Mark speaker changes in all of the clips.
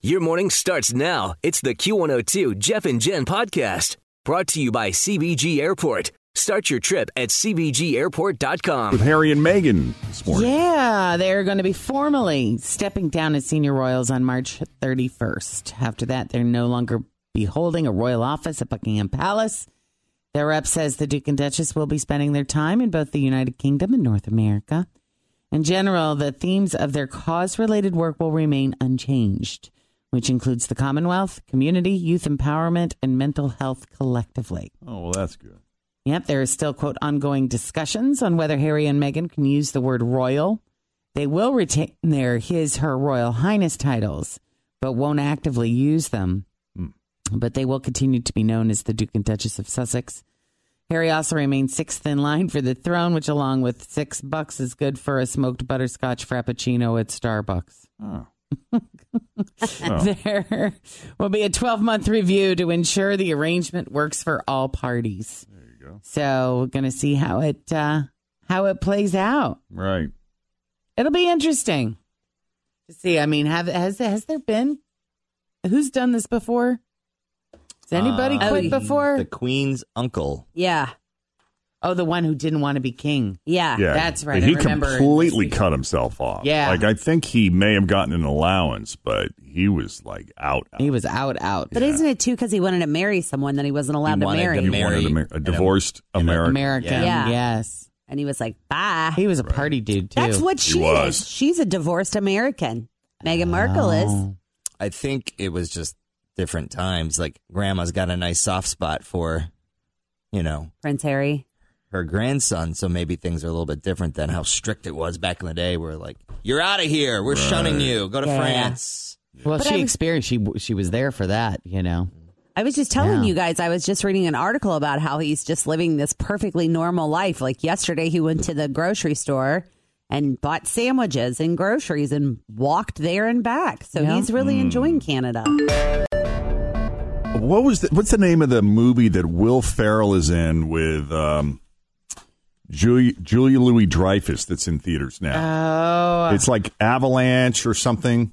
Speaker 1: Your morning starts now. It's the Q102 Jeff and Jen podcast brought to you by CBG Airport. Start your trip at CBGAirport.com.
Speaker 2: with Harry and Meghan this morning.
Speaker 3: Yeah, they're going to be formally stepping down as senior royals on March 31st. After that, they're no longer be holding a royal office at Buckingham Palace. Their rep says the Duke and Duchess will be spending their time in both the United Kingdom and North America. In general, the themes of their cause related work will remain unchanged, which includes the Commonwealth, community, youth empowerment, and mental health collectively.
Speaker 2: Oh well, that's good.
Speaker 3: Yep, there is still, quote, ongoing discussions on whether Harry and Meghan can use the word royal. They will retain their his, her royal highness titles, but won't actively use them. But they will continue to be known as the Duke and Duchess of Sussex. Harry also remains sixth in line for the throne, which, along with six bucks, is good for a smoked butterscotch frappuccino at Starbucks.
Speaker 2: Oh.
Speaker 3: There will be a 12 month review to ensure the arrangement works for all parties. There you
Speaker 2: go.
Speaker 3: So we're going to see how it uh, how it plays out.
Speaker 2: Right.
Speaker 3: It'll be interesting to see. I mean, have has has there been who's done this before? Has anybody
Speaker 4: Uh,
Speaker 3: quit
Speaker 4: oh,
Speaker 3: before?
Speaker 4: The Queen's uncle.
Speaker 5: Yeah.
Speaker 3: oh, the one who didn't want to be king.
Speaker 5: Yeah.
Speaker 2: Yeah,
Speaker 3: Ah, That's right. I
Speaker 2: He
Speaker 3: remember it
Speaker 2: completely
Speaker 3: this week.
Speaker 2: cut himself off.
Speaker 3: Yeah.
Speaker 2: like I think he may have gotten an allowance, but he was like out. out.
Speaker 3: He was out out.
Speaker 5: But isn't it too because he wanted to marry someone that he wasn't allowed to
Speaker 4: wanted to
Speaker 5: marry?
Speaker 2: He
Speaker 4: marry-
Speaker 2: wanted a, mar- a divorced American.
Speaker 3: American.
Speaker 5: Yeah.
Speaker 3: Yes.
Speaker 5: and he was like, bye.
Speaker 3: He was a party dude too.
Speaker 5: That's what
Speaker 2: He
Speaker 5: she
Speaker 2: was.
Speaker 5: is. She's a divorced American. Meghan Markle is.
Speaker 3: Oh.
Speaker 4: I think it was just different times. Like grandma's got a nice soft spot for, you know,
Speaker 5: Prince Harry.
Speaker 4: her grandson, so maybe things are a little bit different than how strict it was back in the day where like, You're out of here, we're shunning you, go to
Speaker 5: Yeah.
Speaker 4: France.
Speaker 3: Well,
Speaker 5: But
Speaker 3: she
Speaker 5: I'm-
Speaker 3: experienced. She she was there for that. You know.
Speaker 5: I was just telling
Speaker 3: Yeah.
Speaker 5: you guys, I was just reading an article about how he's just living this perfectly normal life. Like yesterday, he went to the grocery store and bought sandwiches and groceries and walked there and back. So
Speaker 3: Yeah. Hmm.
Speaker 5: he's really enjoying Canada.
Speaker 2: What was the, what's the name of the movie that Will Ferrell is in with um, Julia Julia Louis Dreyfus that's in theaters now?
Speaker 3: Oh.
Speaker 2: it's like Avalanche or something.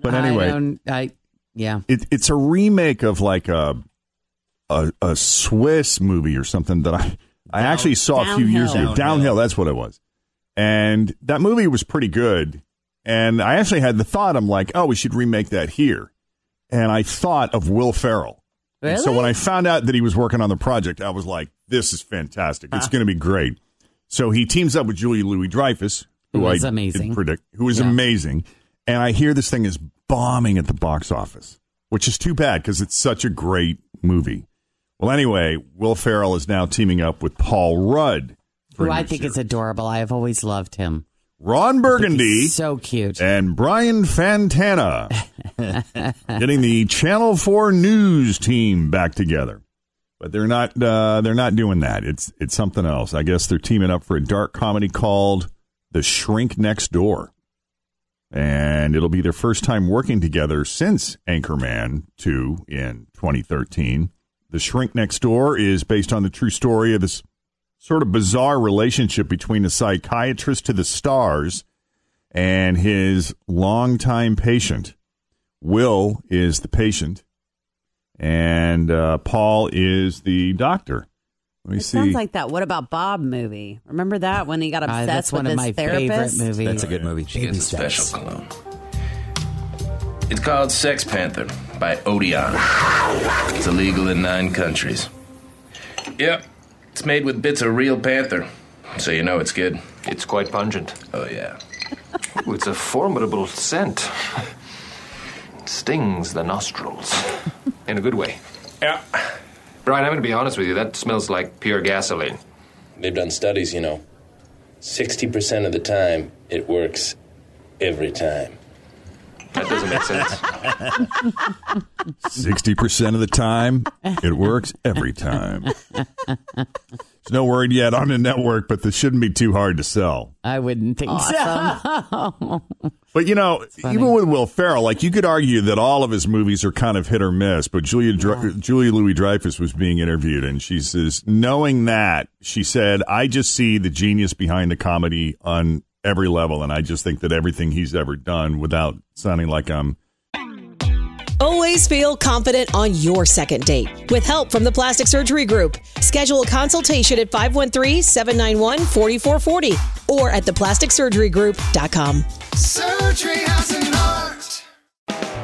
Speaker 2: But anyway,
Speaker 3: I don't, I yeah.
Speaker 2: it, it's a remake of like a, a a Swiss movie or something that I I
Speaker 4: Down-
Speaker 2: actually saw a few years ago.
Speaker 4: Downhill.
Speaker 2: Downhill, that's what it was. And that movie was pretty good. And I actually had the thought, I'm like, oh, we should remake that here. And I thought of Will Ferrell. And so when I found out that he was working on the project, I was like, this is fantastic. It's going to be great. So he teams up with Julie Louis Dreyfus,
Speaker 3: Who is
Speaker 2: I
Speaker 3: amazing.
Speaker 2: did predict, who is amazing. And I hear this thing is bombing at the box office, which is too bad because it's such a great movie. Well, anyway, Will Ferrell is now teaming up with Paul Rudd. for
Speaker 3: Who
Speaker 2: a
Speaker 3: I
Speaker 2: new
Speaker 3: think is
Speaker 2: series.
Speaker 3: adorable. I have always loved him.
Speaker 2: Ron
Speaker 3: I think
Speaker 2: Burgundy
Speaker 3: he's so cute.
Speaker 2: and Brian Fantana getting the Channel Four News team back together, but they're not uh, they're not doing that. It's it's something else. I guess they're teaming up for a dark comedy called The Shrink Next Door, and it'll be their first time working together since Anchorman Two in 2013. The Shrink Next Door is based on the true story of this sort of bizarre relationship between a psychiatrist to the stars and his longtime patient. Will is the patient, and uh, Paul is the doctor. Let me
Speaker 5: It
Speaker 2: see.
Speaker 5: sounds like that What About Bob movie. Remember that when he got
Speaker 3: Uh,
Speaker 5: obsessed
Speaker 3: that's
Speaker 5: with
Speaker 3: one of
Speaker 5: his
Speaker 3: my
Speaker 5: therapist?
Speaker 3: favorite movies.
Speaker 4: That's a good movie.
Speaker 6: She gets a special cologne. It's called Sex Panther by Odeon. It's illegal in nine countries. Yep, it's made with bits of real panther, so you know it's good.
Speaker 7: It's quite pungent.
Speaker 6: Oh, yeah.
Speaker 7: Ooh, it's a formidable scent. It stings the nostrils in a good way.
Speaker 6: Yeah.
Speaker 7: Brian, I'm going to be honest with you. That smells like pure gasoline.
Speaker 6: They've done studies, you know. 60% of the time, it works every time.
Speaker 7: That doesn't make sense.
Speaker 2: 60% of the time, it works every time. There's no word yet on the network, but this shouldn't be too hard to sell.
Speaker 3: I wouldn't think so.
Speaker 2: But, you know, even with Will Ferrell, like you could argue that all of his movies are kind of hit or miss, but Julia, Dr- Julia Louis Dreyfus was being interviewed, and she says, knowing that, she said, I just see the genius behind the comedy on every level, and I just think that everything he's ever done without sounding like I'm.
Speaker 8: Always feel confident on your second date. With help from the Plastic Surgery Group, schedule a consultation at 513 791 4440 or at theplasticsurgerygroup.com.
Speaker 9: Surgery has an art.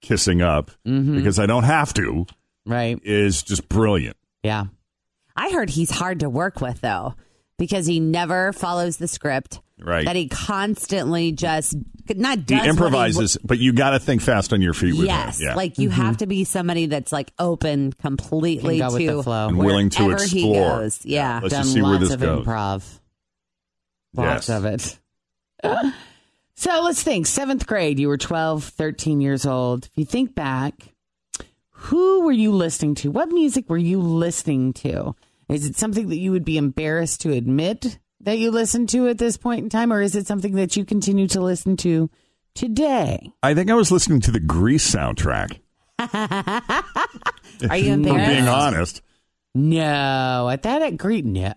Speaker 2: kissing up
Speaker 5: Mm-hmm.
Speaker 2: because I don't have to
Speaker 3: right.
Speaker 2: is just brilliant.
Speaker 3: Yeah.
Speaker 5: I heard he's hard to work with though, because he never follows the script.
Speaker 2: Right.
Speaker 5: That he constantly just not
Speaker 2: He
Speaker 5: does what
Speaker 2: improvises, but you got to think fast on your feet with
Speaker 5: yes,
Speaker 2: him. Yeah.
Speaker 5: like you have to be somebody that's like open completely
Speaker 3: Can go Mm-hmm. with
Speaker 5: to
Speaker 3: the flow.
Speaker 2: and willing to
Speaker 5: wherever he
Speaker 2: explore.
Speaker 5: goes. Yeah.
Speaker 2: Let's
Speaker 3: done
Speaker 2: just see
Speaker 3: lots
Speaker 2: where this
Speaker 3: of
Speaker 2: goes.
Speaker 3: improv.
Speaker 2: Yes.
Speaker 3: Lots of it. so let's think. Seventh grade, you were 12, 13 years old. If you think back, who were you listening to? What music were you listening to? Is it something that you would be embarrassed to admit that you listened to at this point in time, or is it something that you continue to listen to today?
Speaker 2: I think I was listening to the Grease soundtrack.
Speaker 5: Are you
Speaker 2: If I'm being
Speaker 5: embarrassed?
Speaker 2: honest.
Speaker 3: No, at that at Greet, no.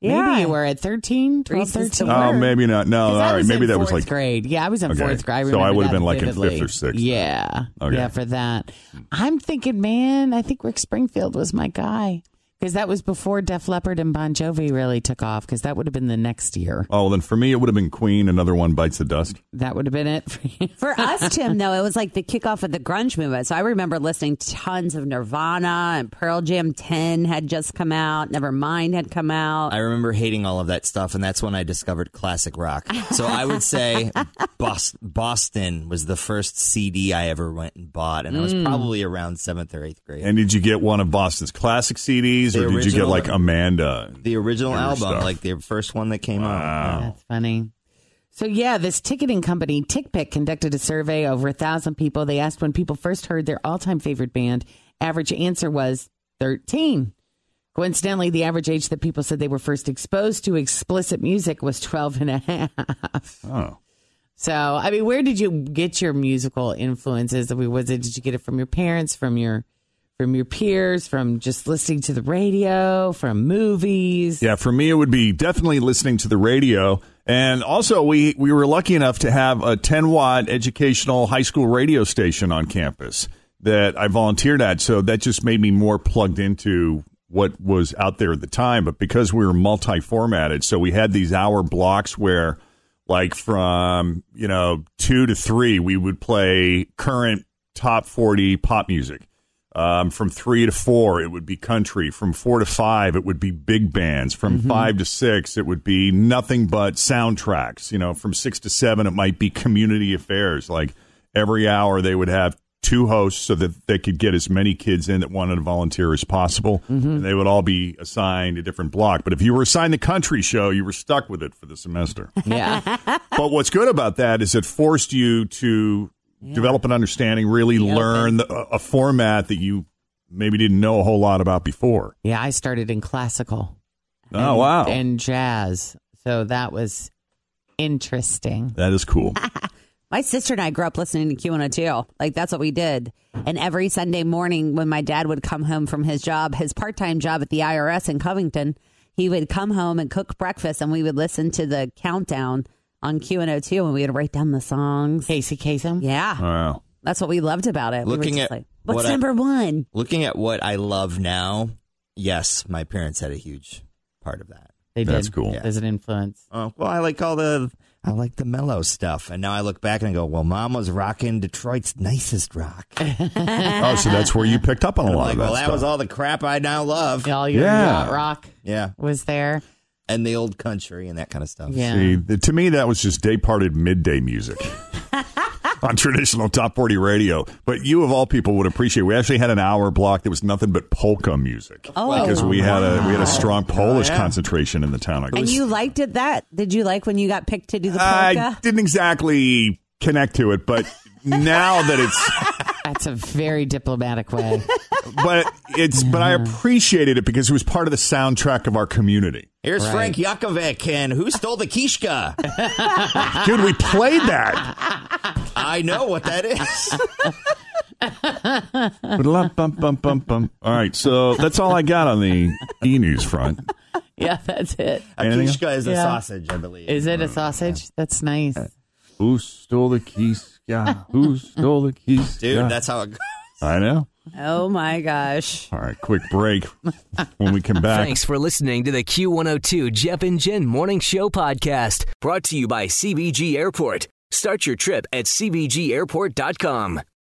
Speaker 3: Maybe you were at 13, 12,
Speaker 5: Grease is the
Speaker 3: 13.
Speaker 2: Oh,
Speaker 5: Word.
Speaker 2: maybe not. No, all
Speaker 3: 'Cause I
Speaker 2: right.
Speaker 3: was
Speaker 2: Maybe
Speaker 3: in
Speaker 2: that was
Speaker 3: fourth
Speaker 2: like
Speaker 3: grade. Yeah, I was in
Speaker 2: Okay.
Speaker 3: fourth grade. I
Speaker 2: So I
Speaker 3: remember
Speaker 2: would have
Speaker 3: that
Speaker 2: been, like, in fifth
Speaker 3: vividly.
Speaker 2: or sixth.
Speaker 3: Yeah,
Speaker 2: Okay.
Speaker 3: yeah, for that. I'm thinking, man, I think Rick Springfield was my guy because that was before Def Leppard and Bon Jovi really took off. Because that would have been the next year.
Speaker 2: oh, then for me it would have been Queen. Another one bites the dust.
Speaker 3: That would have been it for you.
Speaker 5: For us, Tim, though, it was like the kickoff of the grunge movement. So I remember listening to tons of Nirvana and Pearl Jam 10 had just come out, Nevermind had come out.
Speaker 4: I remember hating all of that stuff, and that's when I discovered classic rock. So I would say Bos- Boston was the first CD I ever went and bought, and I
Speaker 3: Mm.
Speaker 4: was probably around seventh or eighth grade.
Speaker 2: And did you get one of Boston's classic CDs,
Speaker 4: The
Speaker 2: or did you get
Speaker 4: original-
Speaker 2: like Amanda?
Speaker 4: the original
Speaker 2: Your
Speaker 4: album,
Speaker 2: stuff.
Speaker 4: like the first one that came out.
Speaker 3: That's funny. So yeah, this ticketing company TickPick conducted a survey over a thousand people. They asked when people first heard their all-time favorite band. Average answer was thirteen. Coincidentally, the average age that people said they were first exposed to explicit music was 12 and a half.
Speaker 2: Oh,
Speaker 3: So, I mean, where did you get your musical influences? I mean, was it did you get it from your parents, from your from your peers, from just listening to the radio, from movies?
Speaker 2: yeah. For me, it would be definitely listening to the radio. And also, we we were lucky enough to have a 10 watt educational high school radio station on campus that I volunteered at. So that just made me more plugged into what was out there at the time. But because we were multi formatted, so we had these hour blocks where like from you know two to three we would play current top 40 pop music um, from three to four it would be country from four to five it would be big bands from five to six it would be nothing but soundtracks you know from six to seven it might be community affairs like every hour they would have two hosts so that they could get as many kids in that wanted to volunteer as possible and they would all be assigned a different block but if you were assigned the country show you were stuck with it for the semester
Speaker 3: Yeah.
Speaker 2: but what's good about that is it forced you to develop an understanding, really learn the, a a format that you maybe didn't know a whole lot about before.
Speaker 3: Yeah, I started in classical.
Speaker 2: oh, wow.
Speaker 3: and jazz. So that was interesting.
Speaker 2: that is cool.
Speaker 5: My sister and I grew up listening to Q102. Like that's what we did. And every Sunday morning when my dad would come home from his job, his part-time job at the IRS in Covington, he would come home and cook breakfast and we would listen to the countdown on Q102 and we would write down the songs.
Speaker 3: Casey Kasem?
Speaker 5: Yeah.
Speaker 2: Wow.
Speaker 5: That's what we loved about it. We were
Speaker 4: Looking
Speaker 5: just
Speaker 4: at
Speaker 5: like, what's
Speaker 4: what I-
Speaker 5: number 1?
Speaker 4: Looking at what I love now, yes, my parents had a huge part of that.
Speaker 3: They
Speaker 2: That's
Speaker 3: did.
Speaker 2: cool.
Speaker 3: As an influence.
Speaker 4: Oh, well, I like all the I like the mellow stuff, and now I look back and I go, "Well, Mom was rocking Detroit's nicest rock."
Speaker 2: Oh, so that's where you picked up on a
Speaker 4: I'm
Speaker 2: lot
Speaker 4: like,
Speaker 2: of that
Speaker 4: well, that
Speaker 2: stuff.
Speaker 4: was all the crap I now love.
Speaker 3: All your
Speaker 2: Yeah.
Speaker 3: yacht rock
Speaker 4: Yeah,
Speaker 3: was there.
Speaker 4: and the old country and that kind of stuff.
Speaker 3: Yeah.
Speaker 2: See, th- to me, that was just day parted midday music on traditional top 40 radio. But you, of all people, would appreciate. We actually had an hour block that was nothing but polka music
Speaker 5: Oh.
Speaker 2: because we had a we had a strong Polish
Speaker 4: yeah.
Speaker 2: concentration in the town. I
Speaker 5: And
Speaker 2: guess.
Speaker 5: you liked it that? Did you like when you got picked to do the polka?
Speaker 2: I didn't exactly connect to it, but now that it's
Speaker 3: That's a very diplomatic way.
Speaker 2: but it's but I appreciated it because it was part of the soundtrack of our community.
Speaker 4: Here's
Speaker 3: Right.
Speaker 4: Frank Yakovic and who stole the Kishka?
Speaker 2: Dude, we played that.
Speaker 4: I know what that is.
Speaker 2: Ba-da-lum, bum, bum, bum, bum. All right, so that's all I got on the e news front.
Speaker 3: yeah, that's it.
Speaker 4: A
Speaker 2: Anything else?
Speaker 4: Kishka is a
Speaker 3: Yeah.
Speaker 4: sausage, I believe.
Speaker 3: Is it a sausage? That's nice.
Speaker 2: Who stole the keys? Yeah. Who stole the keys?
Speaker 4: Dude, that's how it goes.
Speaker 2: I know.
Speaker 5: Oh my gosh.
Speaker 2: All right, quick break. When we come back,
Speaker 1: Thanks for listening to the Q102 Jeff and Jen Morning Show podcast, brought to you by CBG Airport. Start your trip at CBGAirport.com.